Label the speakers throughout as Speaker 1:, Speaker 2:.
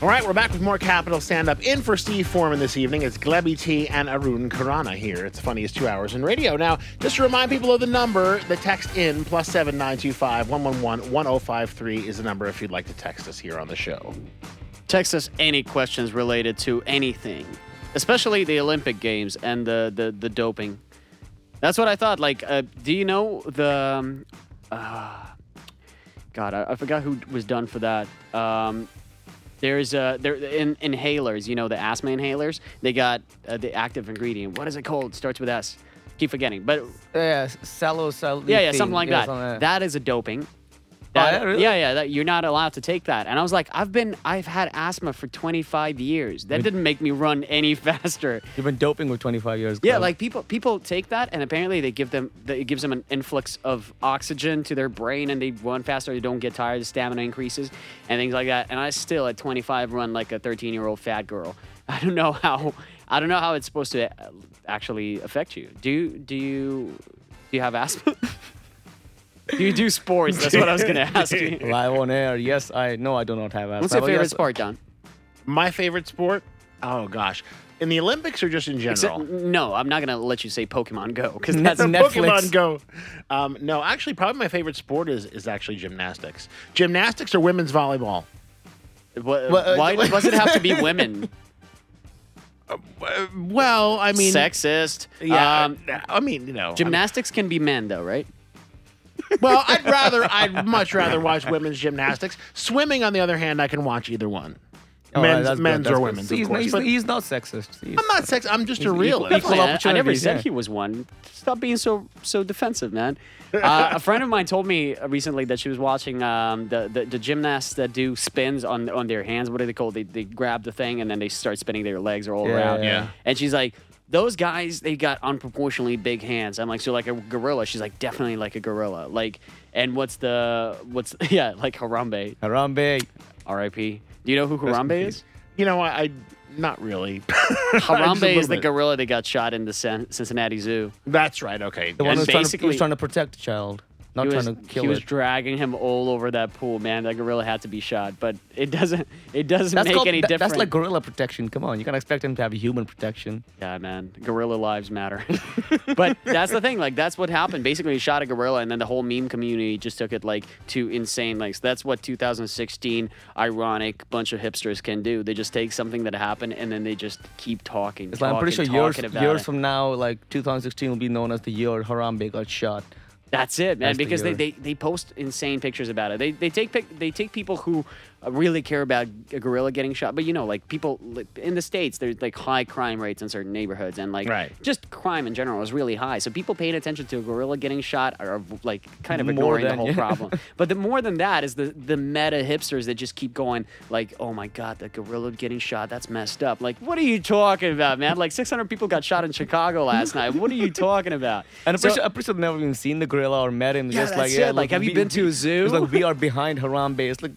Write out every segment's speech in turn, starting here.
Speaker 1: All right, we're back with more Capital Stand Up. In for Steve Foreman this evening is Glebby T and Arun Karana here. It's the funniest two hours in radio. Now, just to remind people of the number, the text in plus 7925 111 1053 is the number if you'd like to text us here on the show.
Speaker 2: Text us any questions related to anything, especially the Olympic Games and the, the, the doping. That's what I thought. Like, uh, do you know the. Um, uh, God, I, I forgot who was done for that. Um, there's uh, there in inhalers, you know, the asthma inhalers. They got uh, the active ingredient. What is it called? starts with S. Keep forgetting, but
Speaker 3: Yeah, sallow, sallow.
Speaker 2: yeah, yeah, something like that. That is a doping. That-
Speaker 3: yeah, really?
Speaker 2: yeah, yeah, that, you're not allowed to take that. And I was like, I've been, I've had asthma for 25 years. That didn't make me run any faster.
Speaker 3: You've been doping with 25 years.
Speaker 2: Yeah,
Speaker 3: Club.
Speaker 2: like people, people take that, and apparently they give them, they- it gives them an influx of oxygen to their brain, and they run faster. They don't get tired. The stamina increases, and things like that. And I still, at 25, run like a 13-year-old fat girl. I don't know how, I don't know how it's supposed to uh, actually affect you. Do you, do you, do you have asthma? do you do sports? That's what I was gonna ask you.
Speaker 3: live on air. Yes, I no, I do not have asthma.
Speaker 2: What's your
Speaker 3: but
Speaker 2: favorite
Speaker 3: yes,
Speaker 2: sport, Don?
Speaker 1: My favorite sport? Oh, gosh. In the Olympics or just in general?
Speaker 2: Except- no, I'm not gonna let you say Pokemon Go because
Speaker 3: Net-
Speaker 2: that's
Speaker 1: the
Speaker 3: Netflix.
Speaker 1: Pokemon Go. Um, no, actually, probably my favorite sport is is actually gymnastics. Gymnastics or women's volleyball.
Speaker 2: wha-
Speaker 3: Well, uh,
Speaker 2: why does it have to be women?
Speaker 1: Uh, well, I mean,
Speaker 2: Sexist.
Speaker 1: Yeah,
Speaker 2: Um,
Speaker 1: I mean, you know,
Speaker 2: Gymnastics can be men, though, right?
Speaker 1: I mean- well, I'd rather, I'd much rather watch women's gymnastics. Swimming, on the other hand, I can watch either one,
Speaker 3: all right,
Speaker 1: men's,
Speaker 3: oh, that's good,
Speaker 1: men's
Speaker 3: that's
Speaker 1: or
Speaker 3: good.
Speaker 1: women's,
Speaker 3: See,
Speaker 1: of
Speaker 3: he's,
Speaker 1: course.
Speaker 3: he's,
Speaker 1: but
Speaker 3: he's not sexist. He's-
Speaker 1: I'm not sex. I'm just a realist.
Speaker 2: Definitely.
Speaker 3: equal
Speaker 2: I- I never
Speaker 3: opportunities,
Speaker 2: said
Speaker 3: yeah.
Speaker 2: he was one. Stop being so so defensive, man. Uh, a friend of mine told me recently that she was watching um, the, the the gymnasts that do spins on on their hands. What are they called? They they grab the thing and then they start spinning their legs all
Speaker 3: Yeah,
Speaker 2: around.
Speaker 3: yeah.
Speaker 2: And she's like. Those guys, they got unproportionately big hands. I'm like, so like a gorilla. She's like, definitely like a gorilla. Like, and what's the what's yeah, like Harambe,
Speaker 3: Harambe.
Speaker 2: R.I.P. Do you know who Harambe is?
Speaker 1: you know, I, I not really. Just a
Speaker 2: Harambe
Speaker 1: little
Speaker 2: is the
Speaker 1: bit.
Speaker 2: gorilla that got shot in the Cin- Cincinnati Zoo.
Speaker 1: That's right. Okay.
Speaker 3: The one
Speaker 2: And
Speaker 3: who's trying to, he was
Speaker 2: basically-
Speaker 3: trying to protect the child, not
Speaker 2: he was,
Speaker 3: trying to
Speaker 2: he
Speaker 3: kill
Speaker 2: was
Speaker 3: it.
Speaker 2: dragging him all over that pool, man. That gorilla had to be shot, but it doesn't. It doesn't
Speaker 3: That's
Speaker 2: make
Speaker 3: called,
Speaker 2: any
Speaker 3: that-
Speaker 2: difference.
Speaker 3: That's like gorilla protection. Come on, you can't expect him to have human protection.
Speaker 2: yeah, man. Gorilla lives matter. but that's the thing. Like that's what happened. Basically, he shot a gorilla, and then the whole meme community just took it like to insane lengths. That's what 2016 ironic bunch of hipsters can do. They just take something that happened, and then they just keep talking.
Speaker 3: It's like I'm pretty sure
Speaker 2: talking,
Speaker 3: years
Speaker 2: talking about
Speaker 3: years
Speaker 2: it.
Speaker 3: from now, like 2016, will be known as the year Harambe got shot.
Speaker 2: That's it, man.
Speaker 3: That's the
Speaker 2: because they,
Speaker 3: year.
Speaker 2: they, they post insane pictures about it. They, they take pic, they take people who uh, really care about a gorilla getting shot, but you know, like people li- in the states, there's like high crime rates in certain neighborhoods, and like
Speaker 1: Right.
Speaker 2: just crime in general is really high. So people paying attention to a gorilla getting shot are like kind of
Speaker 3: More
Speaker 2: ignoring the
Speaker 3: than-
Speaker 2: whole
Speaker 3: yeah.
Speaker 2: problem. But the more than that is the the meta hipsters that just keep going like, oh my god, the gorilla getting shot, that's messed up. Like, what are you talking about, man? Like 600 people got shot in Chicago last night. What are you talking about?
Speaker 3: And I'm
Speaker 2: So-
Speaker 3: pretty, sure, I'm pretty sure I've never even seen the gorilla or met him.
Speaker 2: Yeah,
Speaker 3: just like,
Speaker 2: that's
Speaker 3: yeah,
Speaker 2: it. Like,
Speaker 3: look,
Speaker 2: have you
Speaker 3: we-
Speaker 2: been to a
Speaker 3: we-
Speaker 2: zoo?
Speaker 3: It's like we are behind Harambe. It's like,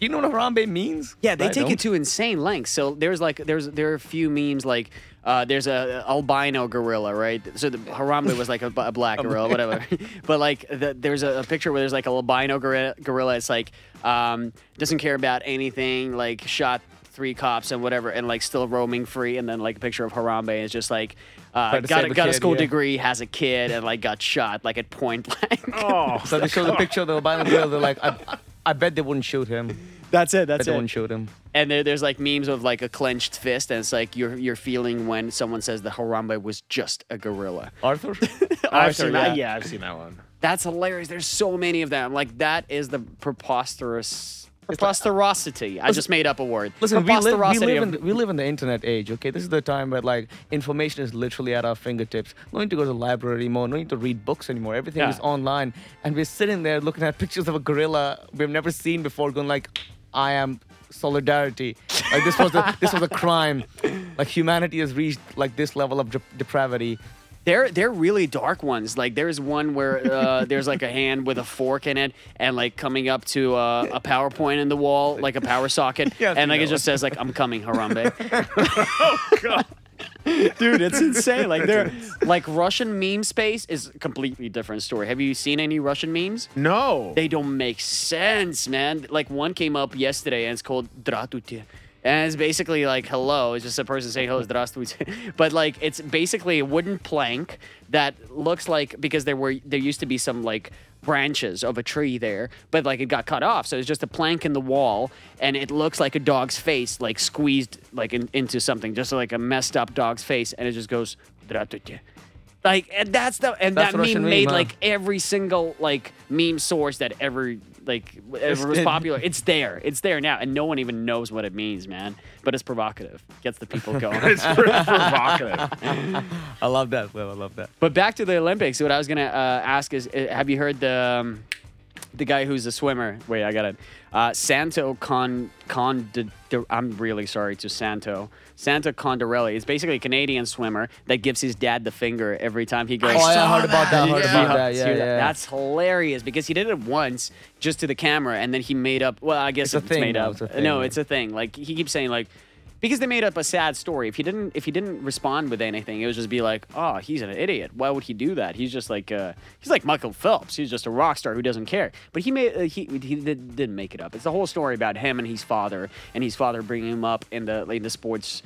Speaker 3: you know what Harambe means?
Speaker 2: Yeah, they
Speaker 3: I
Speaker 2: take
Speaker 3: don't.
Speaker 2: it to insane lengths. So there's like there's there are a few memes like uh, there's a albino gorilla, right? So the Harambe was like a, b- a black gorilla, whatever. but like the, there's a, a picture where there's like a albino gorilla. gorilla it's like um, doesn't care about anything. Like shot three cops and whatever, and like still roaming free. And then like a picture of Harambe is just like uh,
Speaker 3: Tried to
Speaker 2: got a,
Speaker 3: save a
Speaker 2: got a
Speaker 3: kid,
Speaker 2: school
Speaker 3: yeah.
Speaker 2: degree, has a kid, and like got shot like at point blank.
Speaker 1: Oh,
Speaker 3: So they show the picture of the albino gorilla. They're like, I, I, I bet they wouldn't shoot him.
Speaker 2: that's it.
Speaker 3: bet they wouldn't shoot him.
Speaker 2: And there, there's like memes of like a clenched fist, and it's like you're you're feeling when someone says the Harambe was just a gorilla.
Speaker 3: Arthur?
Speaker 1: I've
Speaker 2: Arthur,
Speaker 1: seen that.
Speaker 2: yeah.
Speaker 1: Yeah, I've seen that one.
Speaker 2: That's hilarious. There's so many of them. Like that is the preposterous preposterosity. I just made up a word.
Speaker 3: Listen, we live, we,
Speaker 2: Preposterosity
Speaker 3: live
Speaker 2: of-
Speaker 3: in, we live in the internet age, okay? This is the time where, like, information is literally at our fingertips. No need to go to the library anymore. No need to read books anymore. Everything
Speaker 2: Yeah.
Speaker 3: is online. And we're sitting there looking at pictures of a gorilla we've never seen before, going like, I am solidarity. Like, this was a, this was a crime. Like, humanity has reached, like, this level of dep- depravity.
Speaker 2: They're they're really dark ones. Like there's one where uh, there's like a hand with a fork in it, and like coming up to uh, a PowerPoint in the wall, like a power socket,
Speaker 3: Yeah, I've
Speaker 2: and
Speaker 3: seen
Speaker 2: like it
Speaker 3: that
Speaker 2: just says like I'm coming, Harambe. dude it's insane like they're like russian meme space is a completely different story have you seen any russian memes
Speaker 1: No.
Speaker 2: they don't make sense man like one came up yesterday and it's called dratute and it's basically like hello it's just a person saying hello здравствуйте but like it's basically a wooden plank that looks like because there were there used to be some like branches of a tree there but like it got cut off so it's just a plank in the wall and it looks like a dog's face like squeezed like in, into something just like a messed up dog's face and it just goes "Здравствуйте." like and that's the and that
Speaker 3: That's the
Speaker 2: meme,
Speaker 3: Russian meme,
Speaker 2: made
Speaker 3: huh?
Speaker 2: like every single like meme source that ever like ever was
Speaker 3: it.
Speaker 2: popular. It's there. It's there now, and no one even knows what it means, man. But it's provocative. Gets the people going.
Speaker 1: It's pr- provocative.
Speaker 3: I love that. Well, I love that.
Speaker 2: but back to the Olympics. What I was gonna uh, ask is, uh, have you heard the um, the guy who's a swimmer? Wait, I got it. Uh, Santo Con Con. De, De- I'm really sorry to Santo. Santa Condorelli is basically a Canadian swimmer that gives his dad the finger every time he goes.
Speaker 3: Oh, yeah, I
Speaker 1: saw
Speaker 3: heard about that. I
Speaker 1: that.
Speaker 3: heard
Speaker 1: Yeah.
Speaker 3: about that. Yeah,
Speaker 2: See,
Speaker 3: yeah.
Speaker 2: That's hilarious because he did it once just to the camera and then he made up. Well, I guess
Speaker 3: It's a
Speaker 2: it's,
Speaker 3: thing,
Speaker 2: made
Speaker 3: though.
Speaker 2: up.
Speaker 3: It's a thing,
Speaker 2: no,
Speaker 3: yeah.
Speaker 2: it's a thing. Like he keeps saying like because they made up a sad story. If he didn't if he didn't respond with anything, it would just be like, "Oh, he's an idiot. Why would he do that? He's just like uh he's like Michael Phelps. He's just a rock star who doesn't care." But he made uh, he he did, didn't make it up. It's the whole story about him and his father and his father bringing him up in the in the sports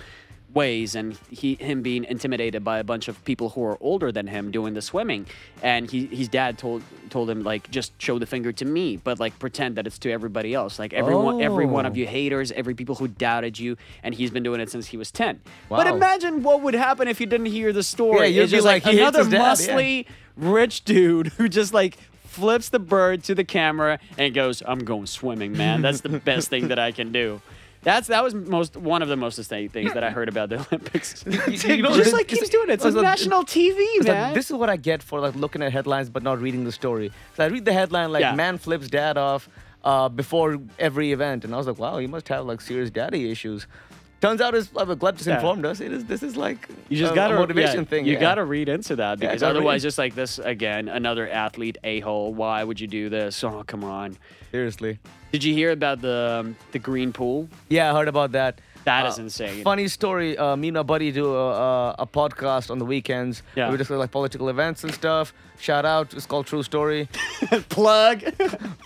Speaker 2: ways and he him being intimidated by a bunch of people who are older than him doing the swimming and he, his dad told told him like just show the finger to me but like pretend that it's to everybody else like everyone every one of
Speaker 3: Oh.
Speaker 2: you haters every people who doubted you and he's been doing it since he was 10 but
Speaker 3: Wow.
Speaker 2: imagine what would happen if you didn't hear the story
Speaker 3: Yeah, you'd
Speaker 2: it's
Speaker 3: be
Speaker 2: just like,
Speaker 3: like, he hates
Speaker 2: another
Speaker 3: his dad, yeah.
Speaker 2: muscly rich dude who just like flips the bird to the camera and goes i'm going swimming man that's the best thing that i can do that's that was most one of the most astounding things that I heard about the Olympics.
Speaker 3: you know,
Speaker 2: just
Speaker 3: it's-
Speaker 2: like keeps
Speaker 3: it's-
Speaker 2: doing it. It's on
Speaker 3: it's a-
Speaker 2: national TV,
Speaker 3: It's like,
Speaker 2: man.
Speaker 3: this is what I get for like looking at headlines but not reading the story. So I read the headline like
Speaker 2: Yeah.
Speaker 3: man flips dad off uh, before every event, and I was like, wow, he must have like serious daddy issues. Turns out, as uh, Gleb just
Speaker 2: Yeah.
Speaker 3: informed us, it is this is like
Speaker 2: you just
Speaker 3: a,
Speaker 2: gotta
Speaker 3: a motivation
Speaker 2: yeah,
Speaker 3: thing.
Speaker 2: You
Speaker 3: yeah.
Speaker 2: gotta read into that
Speaker 3: Yeah,
Speaker 2: because
Speaker 3: gotta
Speaker 2: otherwise,
Speaker 3: read.
Speaker 2: just like this again, another athlete a hole. Why would you do this? Oh come on!
Speaker 3: seriously.
Speaker 2: Did you hear about the um, the green pool?
Speaker 3: Yeah, I heard about that.
Speaker 2: That
Speaker 3: That is
Speaker 2: is insane.
Speaker 3: Funny story. Uh, me and my buddy do a, a, a podcast on the weekends.
Speaker 2: Yeah.
Speaker 3: We discuss like political events and stuff. Shout out. It's called True Story.
Speaker 2: Plug.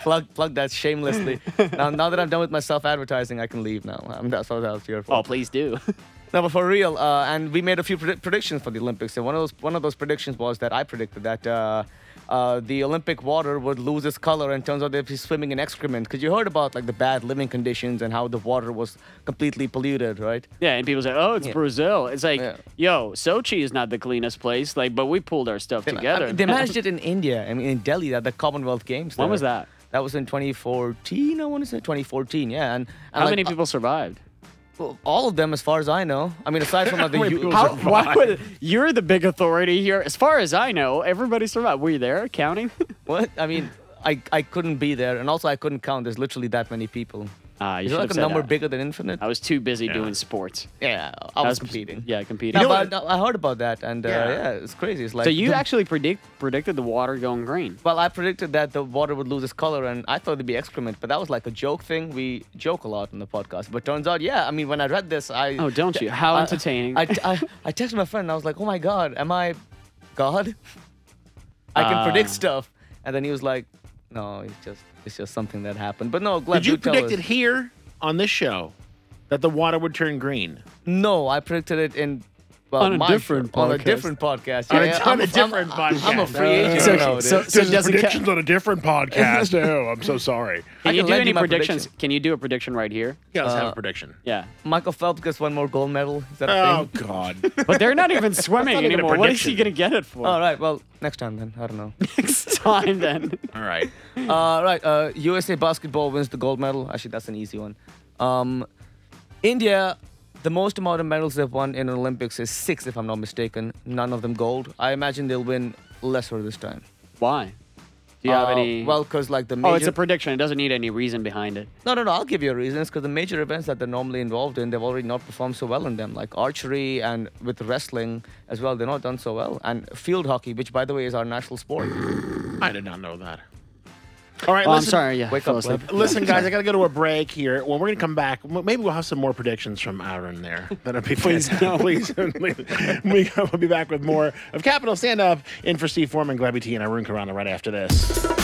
Speaker 3: plug plug that shamelessly. now, now that I'm done with my self advertising, I can leave now. I'm, that's what I was here for.
Speaker 2: oh please do.
Speaker 3: No, but for real. Uh, and we made a few predi- predictions for the Olympics, and one of those one of those predictions was that I predicted that. Uh, uh, the Olympic water would lose its color, and turns out they'd be swimming in excrement. Because you heard about like the bad living conditions and how the water was completely polluted, right?
Speaker 2: Yeah, and people say, "Oh, it's
Speaker 3: Yeah.
Speaker 2: Brazil." It's like,
Speaker 3: Yeah.
Speaker 2: yo, Sochi is not the cleanest place. Like, but we pulled our stuff
Speaker 3: They- I
Speaker 2: together.
Speaker 3: mean, they managed it in India and in Delhi at the Commonwealth Games.
Speaker 2: When
Speaker 3: there.
Speaker 2: was that?
Speaker 3: That was in 2014. I want to say 2014. Yeah, and, and
Speaker 2: How
Speaker 3: like,
Speaker 2: many people survived?
Speaker 3: uh, All of them, as far as I know. I mean, aside from like, the
Speaker 1: Wait,
Speaker 3: U-
Speaker 1: people
Speaker 2: How,
Speaker 1: survived.
Speaker 2: why would you're the big authority here? As far as I know, everybody survived. Were you there counting?
Speaker 3: what? I mean, I I couldn't be there, and also I couldn't count. There's literally that many people.
Speaker 2: Ah, you
Speaker 3: Is
Speaker 2: should
Speaker 3: there like
Speaker 2: have
Speaker 3: a
Speaker 2: said
Speaker 3: number
Speaker 2: that.
Speaker 3: bigger than infinite?
Speaker 2: I was too busy
Speaker 1: Yeah.
Speaker 2: doing sports.
Speaker 3: yeah, I
Speaker 2: I
Speaker 3: was competing.
Speaker 2: Yeah, competing.
Speaker 3: No,
Speaker 1: know
Speaker 3: but I I heard about that, and uh,
Speaker 1: Yeah.
Speaker 3: yeah. it's crazy. It's like
Speaker 2: so you actually predict predicted the water going green.
Speaker 3: Well, I predicted that the water would lose its color, and I thought it'd be excrement, but that was like a joke thing. We joke a lot in the podcast, but turns out, yeah. I mean, when I read this, I
Speaker 2: Oh, don't you? How
Speaker 3: I-
Speaker 2: entertaining.
Speaker 3: I, I, I texted my friend. And I was like, "Oh my god, am I God? I can
Speaker 1: Um,
Speaker 2: Ah.
Speaker 3: predict stuff." And then he was like, "No, it's just it's just something that happened." But no, glad
Speaker 1: Did you
Speaker 3: tell
Speaker 1: predict
Speaker 3: us.
Speaker 1: it here on this show that the water would turn green?
Speaker 3: No, I predicted it in well,
Speaker 2: On a
Speaker 3: my-
Speaker 2: different
Speaker 3: on a
Speaker 2: podcast.
Speaker 3: different podcast.
Speaker 1: On a-
Speaker 3: Yeah,
Speaker 1: on
Speaker 3: I'm
Speaker 1: a
Speaker 3: f-
Speaker 1: different
Speaker 3: I'm, I'm a
Speaker 1: podcast.
Speaker 3: free
Speaker 1: Uh,
Speaker 3: agent.
Speaker 1: so-
Speaker 3: I know it
Speaker 2: so-
Speaker 3: is.
Speaker 2: so- it doesn't
Speaker 1: on a different podcast. oh, I'm so sorry.
Speaker 2: Can
Speaker 3: I
Speaker 2: you
Speaker 3: can
Speaker 2: do
Speaker 3: lend
Speaker 2: any
Speaker 3: you my
Speaker 2: predictions?
Speaker 3: prediction.
Speaker 2: Can you do a prediction right here?
Speaker 1: Yeah, let's have a
Speaker 3: Uh,
Speaker 1: prediction.
Speaker 2: Yeah,
Speaker 3: Michael Phelps gets one more gold medal. Is that a thing?
Speaker 1: Oh God.
Speaker 2: but they're not even swimming
Speaker 1: even a
Speaker 2: anymore. What is he
Speaker 1: prediction.
Speaker 2: gonna get it for?
Speaker 3: All right. Well, next time then. I don't know.
Speaker 2: Next time then.
Speaker 1: All right.
Speaker 3: uh, right. Uh, USA basketball wins the gold medal. Actually, that's an easy one. Um, India, the most amount of medals they've won in an Olympics is six, if I'm not mistaken. None of them gold. I imagine they'll win lesser this time.
Speaker 2: Why? Do you have
Speaker 3: Uh,
Speaker 2: any?
Speaker 3: Well, because like the major.
Speaker 2: oh, it's a prediction. It doesn't need any reason behind it.
Speaker 3: No, no, no. I'll give you a reason. It's because the major events that they're normally involved in, they've already not performed so well in them, like archery and with wrestling as well. They're not done so well. And field hockey, which by the way is our national sport.
Speaker 1: I did not know that. All right,
Speaker 2: Oh, I'm
Speaker 1: listen-
Speaker 2: sorry. Yeah,
Speaker 3: Wake
Speaker 2: fell
Speaker 3: up,
Speaker 2: asleep.
Speaker 3: Web.
Speaker 1: Listen, guys, I got to go to a break here. When we're going to come back, m- maybe we'll have some more predictions from Aaron there. That'd be
Speaker 2: Please,
Speaker 1: fantastic.
Speaker 2: no.
Speaker 1: Please, please.
Speaker 2: E
Speaker 1: we, we'll be back with more of Capital Stand Up in for Steve Foreman, Glabby T, and Arun Karana right after this.